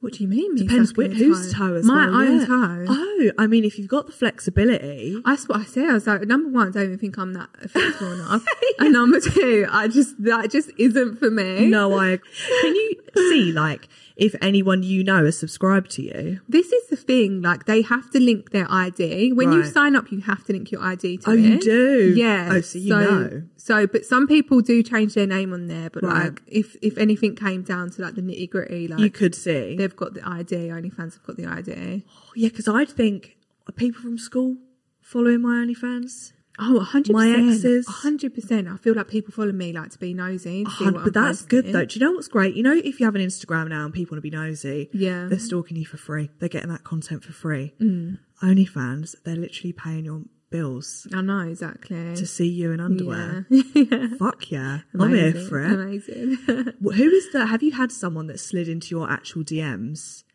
"What do you mean?" Me
Depends
sucking
which,
a
whose toe as
My
well.
own
yeah.
toe.
Oh, I mean, if you've got the flexibility,
That's what I say. I was like, number one, I don't even think I'm that flexible enough, and number two, I just that just isn't for me.
no, I can you see like if anyone you know is subscribed to you?
This is the thing. Like they have to link their ID when you
Right.
sign up. You have to link your ID to
Oh,
it.
you do?
Yeah.
Oh, so you know.
So, but some people do change their name on there. But
Right.
like, if if anything came down to like the nitty gritty, like
You could see,
they've got the ID. OnlyFans have got the ID.
Oh, yeah, because I'd think are people from school following my OnlyFans.
Oh, 100%.
My exes.
100%. I feel like people follow me like to be nosy. To see
Hun-
what I'm
but that's good
posting.
though. Do you know what's great? You know, if you have an Instagram now and people want to be nosy,
Yeah.
they're stalking you for free. They're getting that content for free. Mm. OnlyFans, they're literally paying your bills
I know, exactly.
to see you in underwear.
<laughs>
Fuck yeah, I'm here
Amazing.
for it.
Amazing.
Wh- Who is that? Have you had someone that slid into your actual DMs?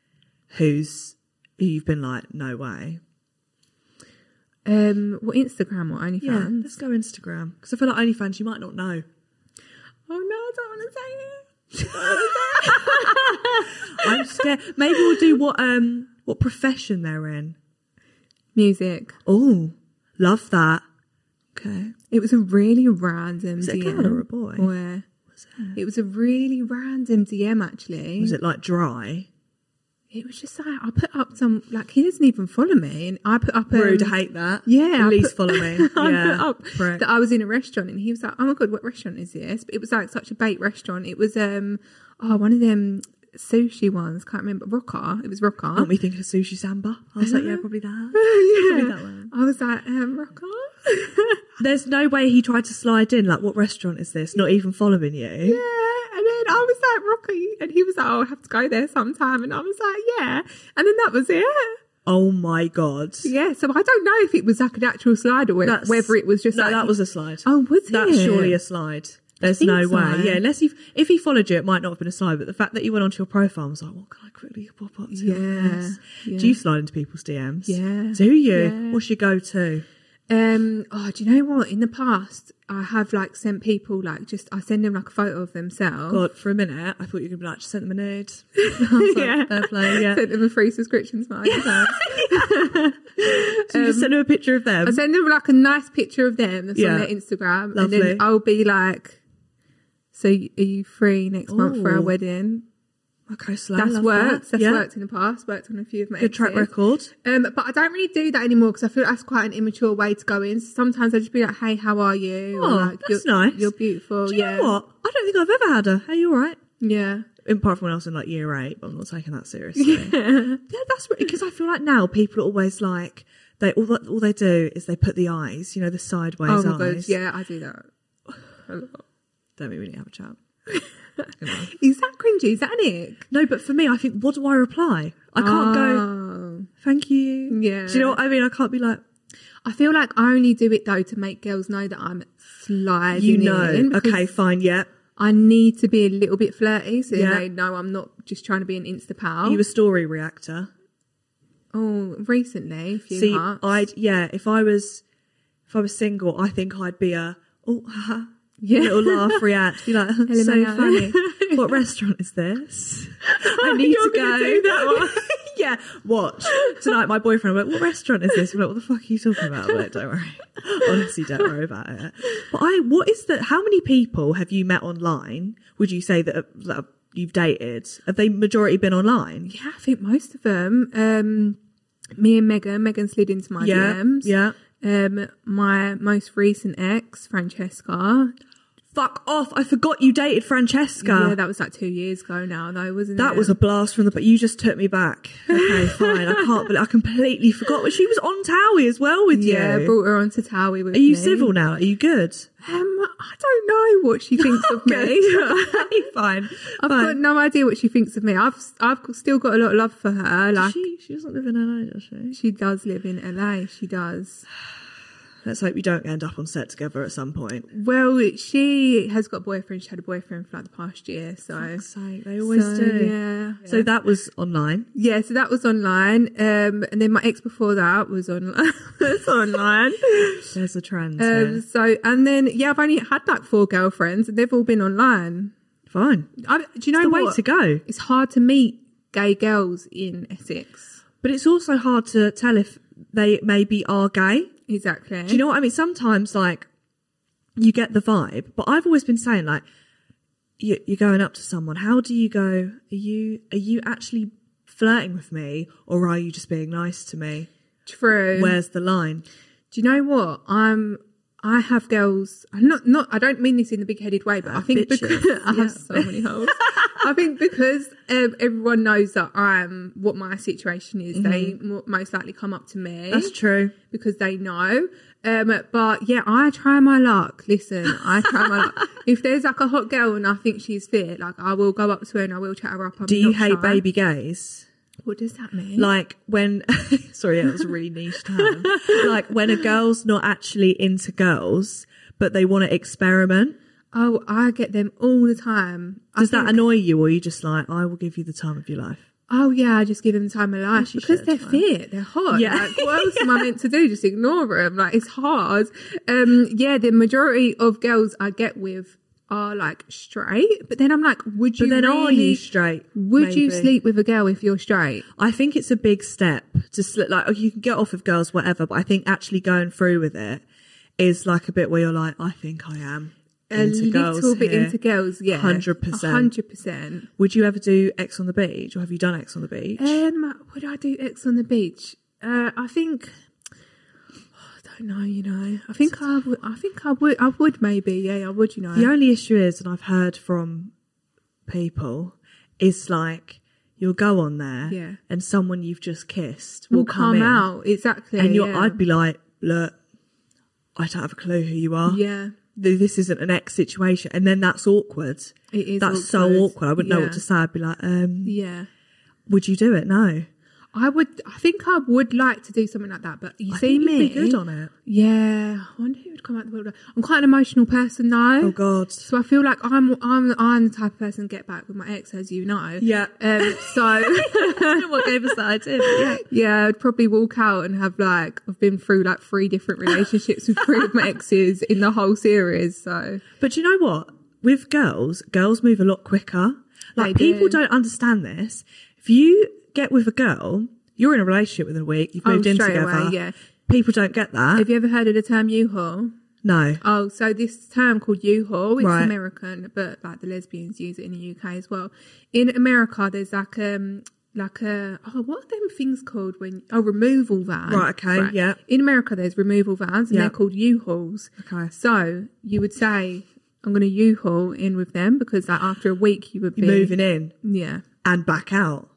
Who's who you've been like, no way.
um, what, Instagram or
Yeah,
OnlyFans?
let's go Instagram because I feel like OnlyFans you might not know.
Oh, no, I don't want to say it.
I'm <laughs> scared. Maybe we'll do what um what profession they're in.
Music.
Oh, love that. Okay.
It was a really random
Was it a
DM.
girl or a boy?
Where? it? was a really random DM, actually.
Was it like dry?
It was just like, I put up some, like, he doesn't even follow me. And I put up a.
Rude, Um, I hate that.
Yeah, I
Please
put-
follow <laughs> me.
<laughs> I
yeah.
put up
prick.
that I was in a restaurant and he was like, "Oh my god, what restaurant is this?" But it was like such a bait restaurant. It was um oh one of them sushi ones. Can't remember Rocker. It was Rocker.
Got me thinking of sushi samba. I was like, yeah, probably that.
<laughs> yeah.
that one.
I was like, um, Rocker.
<laughs>
<laughs>
There's no way he tried to slide in. Like, what restaurant is this? Not even following you.
yeah, and then I was like, Rocker, and he was like, "Oh, I have to go there sometime," and I was like, "Yeah," and then that was it.
Oh my god.
Yeah, so I don't know if it was like an actual slide or
That's-
whether it was just
no,
like
that was a slide.
Oh, was
That's
it?
surely a slide. There's
think
no
so.
way. Yeah, unless he if he followed you, it might not have been a slide. But the fact that you went onto your profile and was like, "What can I quickly pop up to?" on
Yeah,
this?"
yeah.
Do you slide into people's DMs?
Yeah,
Do you?
yeah.
What's your go-to?
Um. Oh, do you know what? In the past, I have like sent people like just I send them like a photo of themselves.
God, Oh, for a minute, I thought you were gonna be like, "Just sent them a nude." <laughs>
<laughs> yeah.
Fair <laughs> play, yeah.
uh, Sent them a free subscription
<laughs>
to my iPad.
So you just sent them a picture of them.
I send them like a nice picture of them that's
Yeah.
on their Instagram, and
Lovely.
then I'll be like, "So y- are you free next month for
Ooh.
our wedding?"
okay, slow.
That's
love
worked.
that.
That's
yeah.
worked in the past. Worked on a few of my
Good track
exes.
record.
Um, but I don't really do that anymore because I feel that's quite an immature way to go in. So sometimes I just be like, "Hey, how are you?" Or
Oh,
like,
that's
you're,
nice.
You're beautiful.
Do you
yeah.
know what? I don't think I've ever had a. Are you all right?
Yeah.
apart from when I was in like year eight, but I'm not taking that <laughs> seriously. yeah, that's because I feel like now people are always like they all that- all they do is they put the eyes, you know, the sideways
Oh my god.
eyes.
Yeah, I do that.
Don't make me really have a chat.
Is that cringy? Is that an ick?
No, but for me, I think what do I reply? I can't go
Oh.
thank you.
Yeah.
Do you know what I mean? I can't be like Ah.
I feel like I only do it though to make girls know that I'm sliding
you know.
in. because
Okay, fine. Yeah,
I need to be a little bit flirty so
Yeah.
they know I'm not just trying to be an insta pal.
you a story reactor.
oh, recently, a few
See,
hearts.
I'd yeah. If I was if I was single, I think I'd be a oh. <laughs> haha,
<laughs> Yeah.
Little laugh react, be like, "Huh, so
Hello. <laughs>
funny. What restaurant is this? I need
Oh, You're
to go.
gonna do that one.
<laughs> yeah, watch tonight. My boyfriend went, "What restaurant is this?" I'm like, "What the fuck are you talking about?" I'm like, don't worry. <laughs> Honestly, don't worry about it. But I, what is that? How many people have you met online? Would you say that, that you've dated? Have they majority been online?
yeah, I think most of them. Um, me and Megan. Megan slid into my DMs.
yeah.
Um, my most recent ex, Francesca.
Fuck off! I forgot you dated Francesca.
Yeah, that was like two years ago now, though, wasn't
That
it?
was a blast from the. But you just took me back.
<laughs>
Okay, fine. I can't. believe I completely forgot. But she was on Towie as well with
yeah.
you.
Brought her onto Towie with
Are you
me.
civil now? Are you good?
Um, I don't know what she thinks of me.
<laughs> Okay, fine.
I've got
fine.
no idea what she thinks of me. I've I've still got a lot of love for her. Like she,
she she doesn't live in LA, does she?
does live in LA. She does.
Let's hope you don't end up on set together at some point.
Well, she has got a boyfriend. She had a boyfriend for like the past year, so
sake, they always
so,
do.
Yeah.
So that was
<laughs>
online.
Yeah, so that was online. Um, and then my ex before that was online. <laughs> was online.
<laughs> There's a trend.
Um,
there.
so, and then, yeah, I've only had like four girlfriends and they've all been online.
Fine.
I, do you know
the way
what?
to go.
It's hard to meet gay girls in Essex.
But it's also hard to tell if they maybe are gay.
Exactly.
Do you know what I mean? Sometimes, like, you get the vibe, but I've always been saying, like, you, you're going up to someone. How do you go? Are you are you actually flirting with me, or are you just being nice to me?
True.
Where's the line?
do you know what? I'm. I have girls. I'm not. Not. I don't mean this in the big-headed way, but I think
bitches.
because <laughs> I have so many holes. I think because um, everyone knows that I'm what my situation is. They mo- most likely come up to me.
Mm-hmm. That's true.
because they know. Um, but yeah, I try my luck. Listen, I try my
<laughs>
luck. If there's like a hot girl and I think she's fit, like I will go up to her and I will chat her up. I'm
Do you
not
hate
shy.
baby gays?
What does that mean?
Like when, <laughs> sorry, that was a really niche term.
<laughs>
like when a girl's not actually into girls, but they want to experiment.
oh, I get them all the time. I
Does that
think-
annoy you, or are you just like, I will give you the time of your life?
Oh yeah, I just give them the time of life
you
because
should,
they're
right.
fit, they're hot.
Yeah.
Like, what else am I meant to do? Just ignore them. Like it's hard. Um, yeah, the majority of girls I get with are like straight, but then I'm like, would you?
But then
really,
are you straight?
Would you
Maybe.
sleep with a girl if you're straight?
I think it's a big step to sli like oh, you can get off of girls, whatever, but I think actually going through with it is like a bit where you're like, I think I am into girls.
little bit
here.
into girls, yeah,
100%.
hundred percent.
Would you ever do X on the beach, or have you done X on the beach?
Um, would I do X on the beach? Uh, I think. I don't know, you know. I think I would. I think I would. I would maybe. Yeah, I would. You know.
The only issue is, and I've heard from people, is like you'll go on there,
Yeah.
and someone you've just kissed will
will come
in,
out exactly.
and you're,
yeah.
I'd be like, look, I don't have a clue who you are.
yeah.
th- this isn't an ex situation and then that's awkward
It is.
that's
awkward.
so awkward i wouldn't know
Yeah.
what to say i'd be like um
Yeah.
would you do it no
I would. I think I would like to do something like that, but you
I
see
think
me.
you'd be good on it
Yeah, I wonder who would come out the woodwork. I'm quite an emotional person though.
oh god
So I feel like I'm I'm I'm the type of person to get back with my ex, as you know.
<laughs> Yeah.
Um,
<laughs>
so
what gave us that idea but
<laughs>
yeah
yeah, I'd probably walk out and have like I've been through like three different relationships with three
<laughs>
of my exes in the whole series. So
But you know what? With girls, girls move a lot quicker. Like
They do.
people do. not understand this. If you get with a girl, you're in a relationship within a week. You've
Oh,
moved in
straight
together.
away, yeah.
People don't get that.
have you ever heard of the term U-Haul?
no.
Oh, so this term called U-Haul, it's
Right.
American, but like the lesbians use it in the UK as well. In America, there's like um like a oh what are them things called when oh removal van
Right, okay, yeah.
in America there's removal vans and
Yeah.
they're called U-Hauls
Okay.
so you would say I'm going to U-Haul in with them because like after a week you would be
You're moving in
yeah
and back out.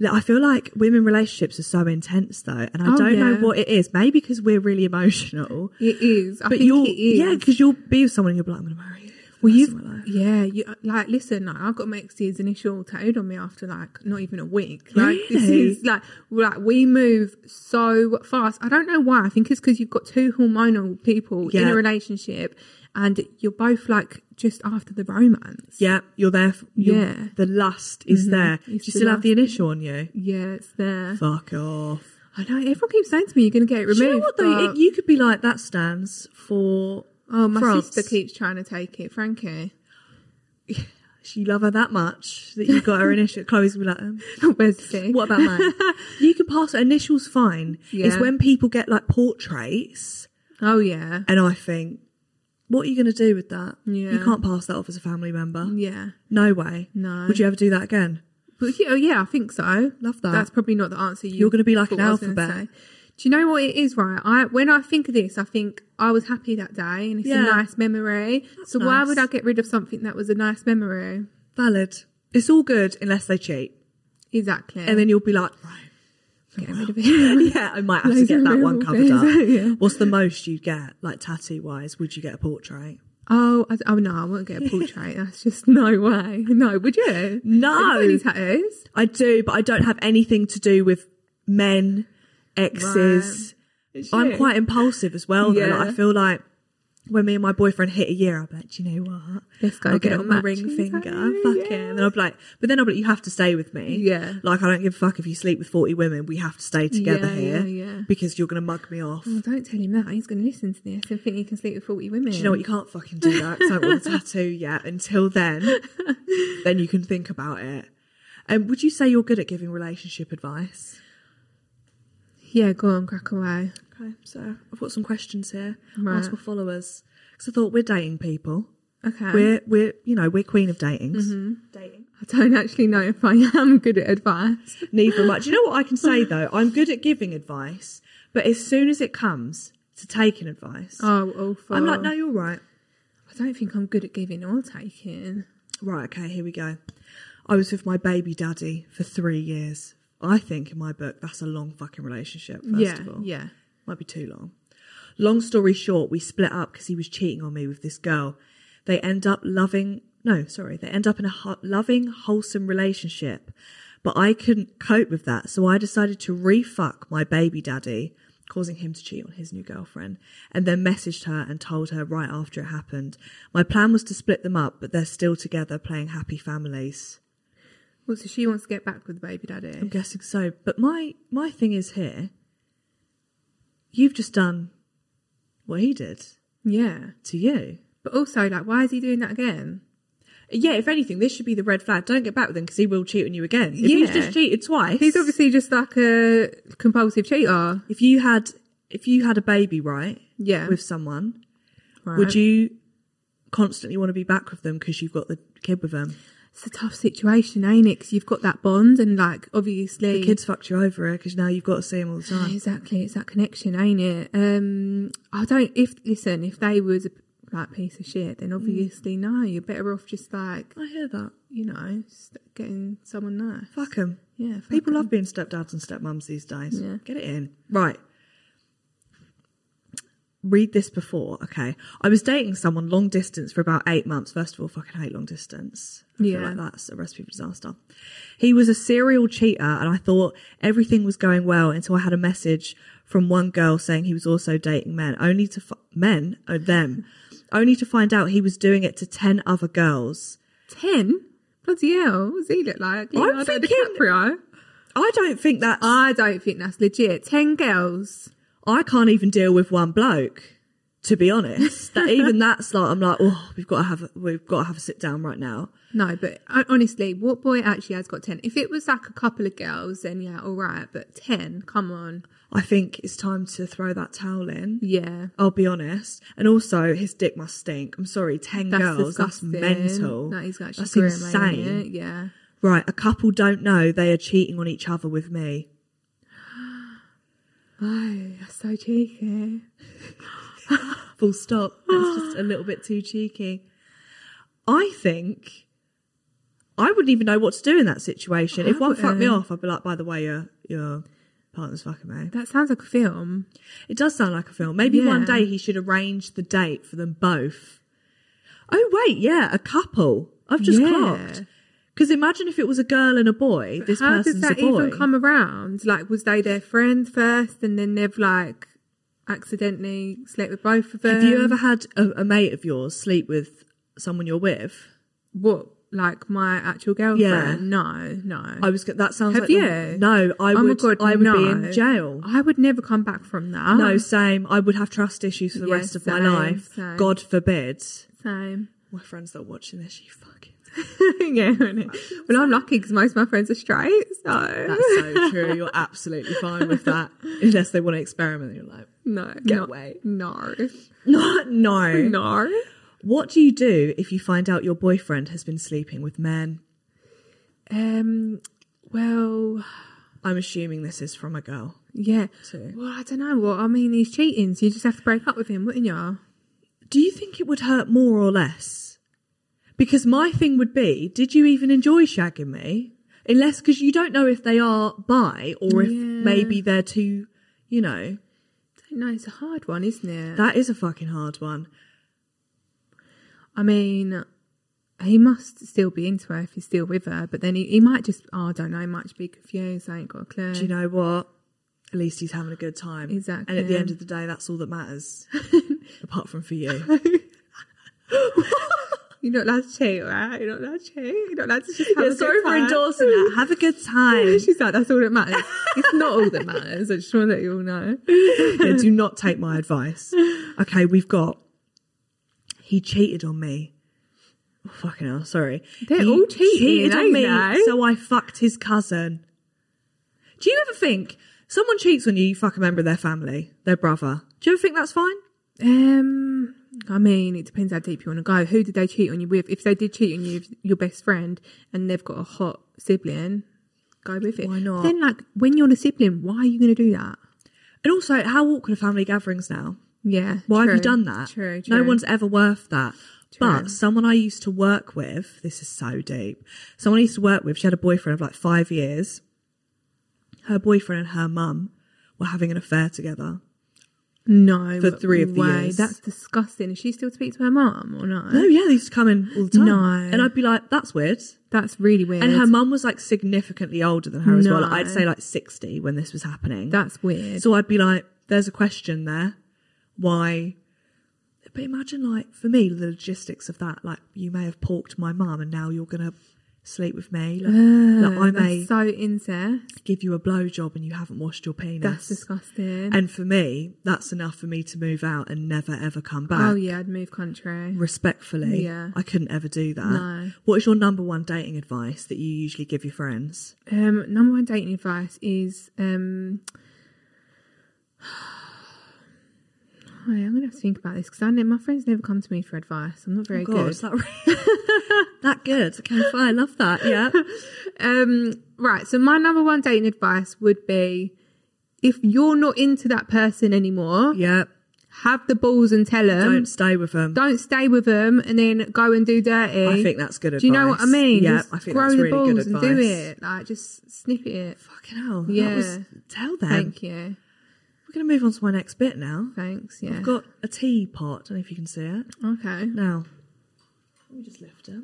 Like, I feel like women relationships are so intense though, and I
Oh,
don't
yeah.
know what it is. Maybe because we're really emotional.
it is I
But
think
you'll,
it is
yeah, because you'll be with someone and you'll be like, I'm going to marry you.
Well,
you
you've, yeah, you, like, listen, like, I've got my ex year's initial tattooed on me after, like, not even a week. Like, this
Really?
is, like, like, we move so fast. I don't know why. I think it's because you've got two hormonal people in
Yeah.
a relationship and you're both, like, just after the romance.
Yeah, you're there. For, you're-
Yeah. Mm-hmm.
the lust is there. Do you
It's the
still have the initial on you?
Yeah, it's there.
Fuck off.
I know. Everyone keeps saying to me, you're going to get it removed.
Do you know what though?
but-
It, you could be like that stands for.
oh, my
France.
sister keeps trying to take it, Frankie. <laughs>
You love her that much that you
<laughs>
got her initial. Chloe's gonna be like, um,
Where's she?
what about
<laughs>
mine? you can pass her initials fine. It's
Yeah.
when people get like portraits,
Oh, yeah.
and I think, what are you going to do with that? You
Yeah.
can't pass that off as a family member.
Yeah.
No way.
No.
Would you ever do that again?
But yeah, oh, yeah, I think so.
Love that.
That's probably not the answer. You
You're gonna be like
thought
an
I was gonna
alphabet.
say. Do you know what it is, right? I when I think of this, I think I was happy that day, and it's
Yeah.
a nice memory. so why
nice.
would I get rid of something that was a nice memory?
Valid. It's all good unless they cheat,
Exactly.
and then you'll be like, right.
get rid of it. <laughs>
yeah, I might have to
Loads
get
of
that one
real
covered up.
things, <laughs> yeah.
What's the most you'd get, like tattoo wise? Would you get a portrait?
oh, I, oh no, I won't get a
<laughs>
portrait. That's just no way. No, would you?
No.
Have you got any tattoos?
I do, but I don't have anything to do with men, exes.
Is
I'm
she?
quite impulsive as well. though. Like,
Yeah.
I feel like when me and my boyfriend hit a year, I'll be like, do you know what?
Let's go
I'll
get
get
a
on my
match."
ring
He's
finger.
like,
fuck it. And then I'll be like, but then I'll be like, you have to stay with me.
Yeah.
Like, I don't give a fuck if you sleep with 40 women. We have to stay together
Yeah,
here
yeah, yeah.
because you're going to mug me off.
Oh, don't tell him that. He's going to listen to this and think he can sleep with 40 women.
Do you know what? You can't fucking do that 'cause I don't want <laughs> a tattoo yet. Until then, then you can think about it. Um, would you say you're good at giving relationship advice?
Yeah, go on, crack away.
Okay, so I've got some questions here.
Right.
Ask my followers because I thought we're dating people.
Okay.
We're we're you know we're queen of datings. Mm-hmm. Dating.
I don't actually know if I am good at advice.
Neither much. You know what I can say though? I'm good at giving advice, but as soon as it comes to taking advice,
Oh, awful.
I'm like, no, you're right.
I don't think I'm good at giving or taking.
Right. Okay. Here we go. I was with my baby daddy for three years. I think in my book that's a long fucking relationship. First
yeah,
of all,
yeah.
Might be too long. Long story short, we split up because he was cheating on me with this girl. They end up loving, no, sorry, they end up in a ho- loving, wholesome relationship. But I couldn't cope with that, so I decided to refuck my baby daddy, causing him to cheat on his new girlfriend, and then messaged her and told her right after it happened. My plan was to split them up, but they're still together playing happy families.
Well, so she wants to get back with baby daddy.
I'm guessing so. But my my thing is here. You've just done what he did
Yeah.
to you.
But also, like, why is he doing that again?
Yeah, if anything, this should be the red flag. Don't get back with him because he will cheat on you again. If he's
Yeah.
just cheated twice,
He's obviously just like a compulsive cheater.
If you had if you had a baby, right?
Yeah.
with someone,
Right.
would you constantly want to be back with them because you've got the kid with them?
It's a tough situation, ain't it? 'Cause you've got that bond, and like, obviously,
The kids fucked you over because now you've got to see him all the time.
Exactly, it's that connection, ain't it? Um, I don't. If listen, if they was a like piece of shit,
Mm.
then obviously no, you're better off just like
I hear that.
you know just getting someone nice.
Fuck him.
Yeah, fuck
People
'em.
love being stepdads and stepmums these days.
Yeah.
Get it in. Right. Read this before, okay? I was dating someone long distance for about eight months. First of all, fucking hate long distance. I feel
Yeah.
like that's a recipe for disaster. He was a serial cheater, and I thought everything was going well until I had a message from one girl saying he was also dating men, only to f- men or
<laughs>
them, only to find out he was doing it to ten other girls.
Ten. Bloody hell, what does he look like? Leonardo
thinking-
DiCaprio.
I don't think that
I don't think that's legit. Ten girls.
I can't even deal with one bloke. To be honest, that
<laughs>
even that's like I'm like, oh, we've got to have a, we've got to have a sit down right now.
No, but uh, honestly, what boy actually has got ten? If it was like a couple of girls, then yeah, all right. But ten, come on,
I think it's time to throw that towel in.
yeah.
I'll be honest, and also his dick must stink. I'm sorry, ten
That's
girls,
disgusting.
that's mental.
That is actually
that's
grim, ain't
insane.
it? Yeah.
Right, a couple don't know they are cheating on each other with me.
Oh, that's so cheeky.
Full stop. That's
<gasps>
just a little bit too cheeky. I think I wouldn't even know what to do in that situation. if one fucked me off, I'd be like, by the way, your your partner's fucking me.
That sounds like a film.
It does sound like a film. Maybe one
Yeah.
day he should arrange the date for them both. Oh wait, yeah, a couple. I've just
Yeah.
clocked. Because imagine if it was a girl and a boy. this
How does
person's
that
a boy.
even come around? Like, was they their friend first, and then they've like accidentally slept with both of them?
Have you ever had a, a mate of yours sleep with someone you're with?
what like my actual girlfriend?
Yeah.
No, no.
I was. go- That sounds.
Have
like
you?
no, I
Oh my
would.
God,
I would be
no.
in jail.
I would never come back from that.
No, same. I would have trust issues for the
Yeah,
rest of my
same,
life.
same.
God forbid.
same. <laughs>
My friends that are watching this, you <laughs> fucking.
yeah. innit? Well, I'm lucky because most of my friends are straight, so
That's so true. You're absolutely fine with that, <laughs> unless they want to experiment. You're like,
no,
Get
no,
away.
No,
<laughs> no, no,
no.
What do you do if you find out your boyfriend has been sleeping with men?
Um. Well.
I'm assuming this is from a girl.
Yeah.
So-
Well, I don't know. Well, I mean, he's cheating, so you just have to break up with him, wouldn't you?
Do you think it would hurt more or less? Because my thing would be, did you even enjoy shagging me? Unless, because you don't know if they are bi or if
Yeah.
maybe they're too, you know.
No, it's a hard one, isn't it?
That is a fucking hard one.
I mean, he must still be into her if he's still with her, but then he, he might just, oh, I don't know, he might just be confused. I ain't got a clue.
Do you know what? at least he's having a good time.
Exactly.
And at the end of the day, that's all that
<laughs>
matters, apart from for you.
You're not allowed to cheat, right? You're not allowed to cheat. You're not allowed to just have
Yeah,
a
<laughs>
good
sorry for
time.
endorsing that. Have a good
<laughs>
time.
She's like, that's all that matters. it's not all that matters. I just want to let you all know.
Yeah, do not take my
<laughs>
advice. Okay, we've got. He cheated on me. Oh, fucking hell, sorry.
They're
he
all cheating, eh, ain't they?
so I fucked his cousin. Do you ever think someone cheats on you, you fuck a member of their family, their brother? Do you ever think that's fine?
Um, I mean, it depends how deep you want to go. Who did they cheat on you with? If they did cheat on you, with your best friend, and they've got a hot sibling, go with it.
Why not?
Then, like, when you're the sibling, why are you going to do that?
And also, how awkward are family gatherings now?
Yeah.
Why have you
true.
done that?
True.
No
true.
one's ever worth that. But someone I used to work with, this is so deep. Someone I used to work with, she had a boyfriend of like five years. Her boyfriend and her mum were having an affair together.
no
for three of the
way.
years.
That's disgusting. Does she still speak to her mum or not?
No, yeah, they used to come in all the time.
No.
And I'd be like, that's weird.
That's really weird.
And her mum was like significantly older than her as well.
No.
I'd say like 60 when this was happening.
That's weird.
So I'd be like, there's a question there. Why? But imagine, like, for me, the logistics of that. Like, you may have porked my mum and now you're going to sleep with me. Like, like, I
Oh, that's
may
so incest.
give you a blowjob and you haven't washed your penis.
That's disgusting.
And for me, that's enough for me to move out and never ever come back.
oh yeah, I'd move country.
Respectfully,
Yeah.
I couldn't ever do that.
No.
What is your number one dating advice that you usually give your friends?
Um, number one dating advice is um. <sighs> Oh, yeah, I'm gonna have to think about this because I ne- my friends never come to me for advice. I'm not very
Oh, God,
good.
is that, <laughs> re- that good? Okay, fine, I love that.
<laughs>
Yeah.
Um, right. So my number one dating advice would be, if you're not into that person anymore,
Yeah.
have the balls and tell them.
Don't stay with them.
don't stay with them and then go and do dirty.
I think that's good
Do you know what I
advice.
mean?
Yeah,
Just
I think
grow
that's
the
really
balls
good
and do
advice.
it. Like just snip it.
Fucking hell. that
Yeah.
was- tell them.
Thank you.
We're going to move on to my next bit now.
Thanks. Yeah.
I've got a teapot. don't know if you can see it.
okay.
Now, let me just lift it.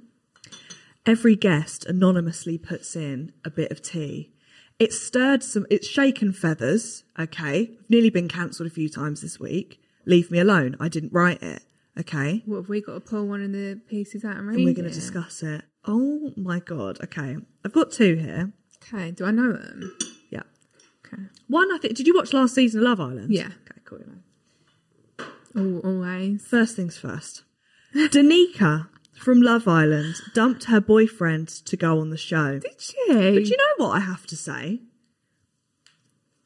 Every guest anonymously puts in a bit of tea. It's stirred some, it's shaken feathers, okay? Nearly been cancelled a few times this week. Leave me alone. I didn't write it, okay?
What have we got to pull one of the pieces out and read?
And we're going to
it?
discuss it. Oh my God, okay. I've got two here.
Okay. Do I know them?
Yeah.
Okay.
One, I think, did you watch last season of Love Island?
Yeah.
Okay, cool. you know.
Al always.
First things first. <laughs> Danica from Love Island dumped her boyfriend to go on the show.
Did she?
But you know what I have to say?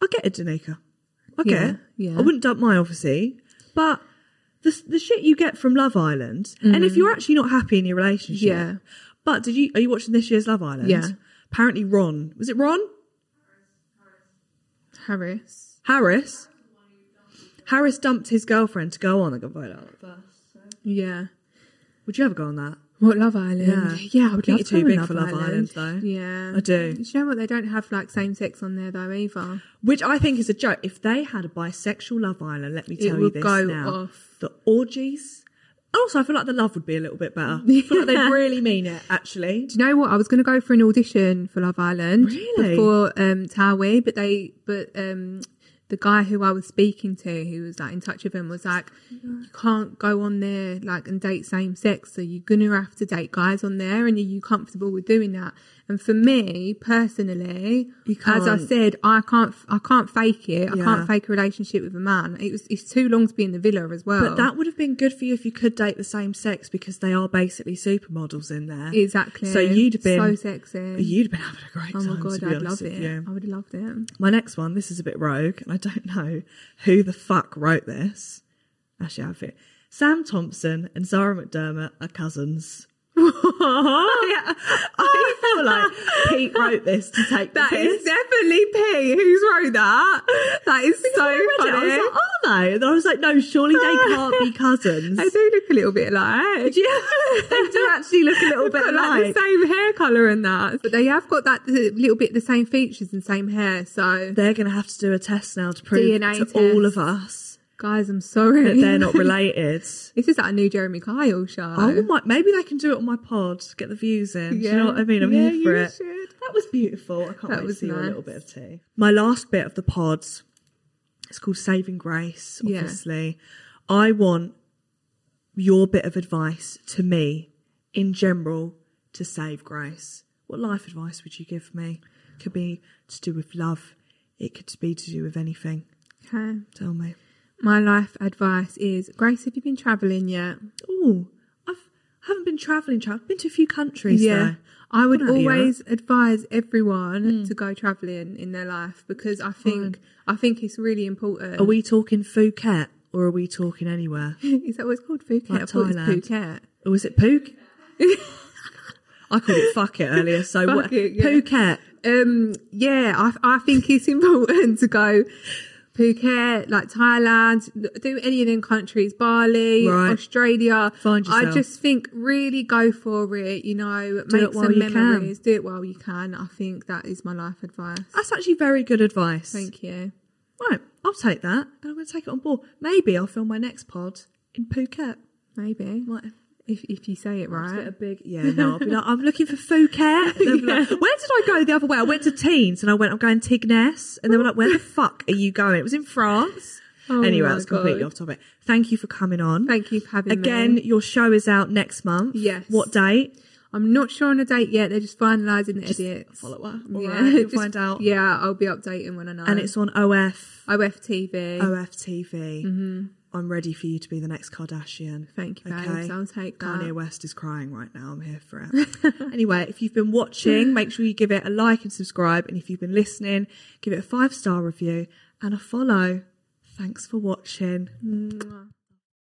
I get it, Danica. I get
Yeah,
it.
yeah.
I wouldn't dump mine, obviously. But the, the shit you get from Love Island, and if you're actually not happy in your relationship.
Yeah.
But did you are you watching this year's Love Island?
Yeah.
Apparently Ron. Was it Ron?
Harris.
Harris? Harris dumped his girlfriend to go on. I got voted out at first.
Yeah.
Would you ever go on that?
What Love Island?
Yeah.
Yeah, I
I
would
think
love
you're too
to go
big
on
for Love Island, though.
Yeah,
I do.
Do you know what? They don't have like same sex on there though either.
Which I think is a joke. If they had a bisexual Love Island, let me
It
tell you
would
this
go
now.
off.
The orgies. Also, I feel like the love would be a little bit better. I feel like
<laughs>
they really mean it, actually.
Do you know what? I was going to go for an audition for Love Island
Really?
before um, Tawi, but they, but um, the guy who I was speaking to, who was like in touch with him, was like, you can't go on there like and date same sex, so you're gonna have to date guys on there, and are you comfortable with doing that? And for me personally,
You
as I
can't.
said, I can't, I can't fake it. I
Yeah.
can't fake a relationship with a man. It was, it's too long to be in the villa as well.
But that would have been good for you if you could date the same sex because they are basically supermodels in there.
exactly.
So you'd have
so
been
sexy.
you'd have been having a great
Oh
time.
my god,
to be
I'd
honest
love
with
it.
you.
I would have loved it.
My next one, this is a bit rogue, and I don't know who the fuck wrote this. Actually, I have it. Sam Thompson and Zara McDermott are cousins.
Oh, <laughs>
Yeah, Oh, I feel like Pete wrote this to take the
That
piss.
is definitely P. Who's wrote that? That is so
I read it, I
funny.
was like, are they? And I was like, no, surely they can't be cousins.
I do look a little bit like.
Yeah, <laughs> they do actually look a little bit
Got, like,
alike.
the same hair color and that, but they have got that the- little bit the same features and same hair. So,
They're going to have to do a test now to prove
DNA
to
test.
all of us
guys, I'm sorry
that they're <laughs> not
<laughs>
related.
This is like a new Jeremy Kyle show.
Oh my! Maybe they can do it on my pod. Get the views in. Do you know what I mean? I'm
Yeah,
here for
you
it.
should.
That was beautiful. I can't
That
wait to
was
see your
nice.
little bit of tea. My last bit of the pods It's called Saving Grace,
Yeah.
obviously. I want your bit of advice to me in general to save grace. What life advice would you give me? Could be to do with love, it could be to do with anything.
Okay.
Tell me.
My life advice is Grace, have you been travelling yet?
Oh, I haven't been travelling, child. I've been to a few countries there.
I would
Gone out of
always advise everyone
Hmm.
to go travelling in their life because I think I think it's really important.
Are we talking Phuket or are we talking anywhere?
<laughs> is that what it's called? Phuket.
Like
I thought it was
Thailand.
Phuket.
Or was it Phuket? <laughs> I called it fuck it earlier. So
Fuck
what?
it, yeah.
Phuket.
Um, yeah, I, I think it's <laughs> important to go Phuket, like Thailand, do any of them countries, Bali,
Right.
Australia.
Find
I
yourself.
just think really go for it, you know,
Do
make
it while
some
you can.
memories, do it while you can. I think that is my life advice.
That's actually very good advice.
Thank you.
Right, I'll take that and I'm going to take it on board. Maybe I'll film my next pod in Phuket.
Maybe.
Might
If, if you say it
Just get a
right.
big yeah. No, I'll be like, <laughs> I'm looking for
<laughs>
Phuket. And they'll be like, Where did I go the other way? I went to Teens and I went. I'm going Tignes, and they were like,
<laughs>
Where the fuck are you going? It was in France.
Oh
anyway,
my
that's completely
God.
off topic. Thank you for coming on.
<laughs> Thank you for having
Again,
me.
your show is out next month.
Yes.
What date?
I'm not sure on a date yet. They're just finalising the edits.
follow up. All
<laughs>
right, you'll find out.
Yeah, I'll be updating when I know.
And it's Oh, on OF
OFTV.
OFTV. Mm-hmm. I'm ready for you to be the next Kardashian.
Thank you, babes. I'll take that.
Kanye West is crying right now. I'm here for it. anyway, if you've been watching, make sure you give it a like and subscribe. And if you've been listening, give it a five star review and a follow. Thanks for watching.
Mwah.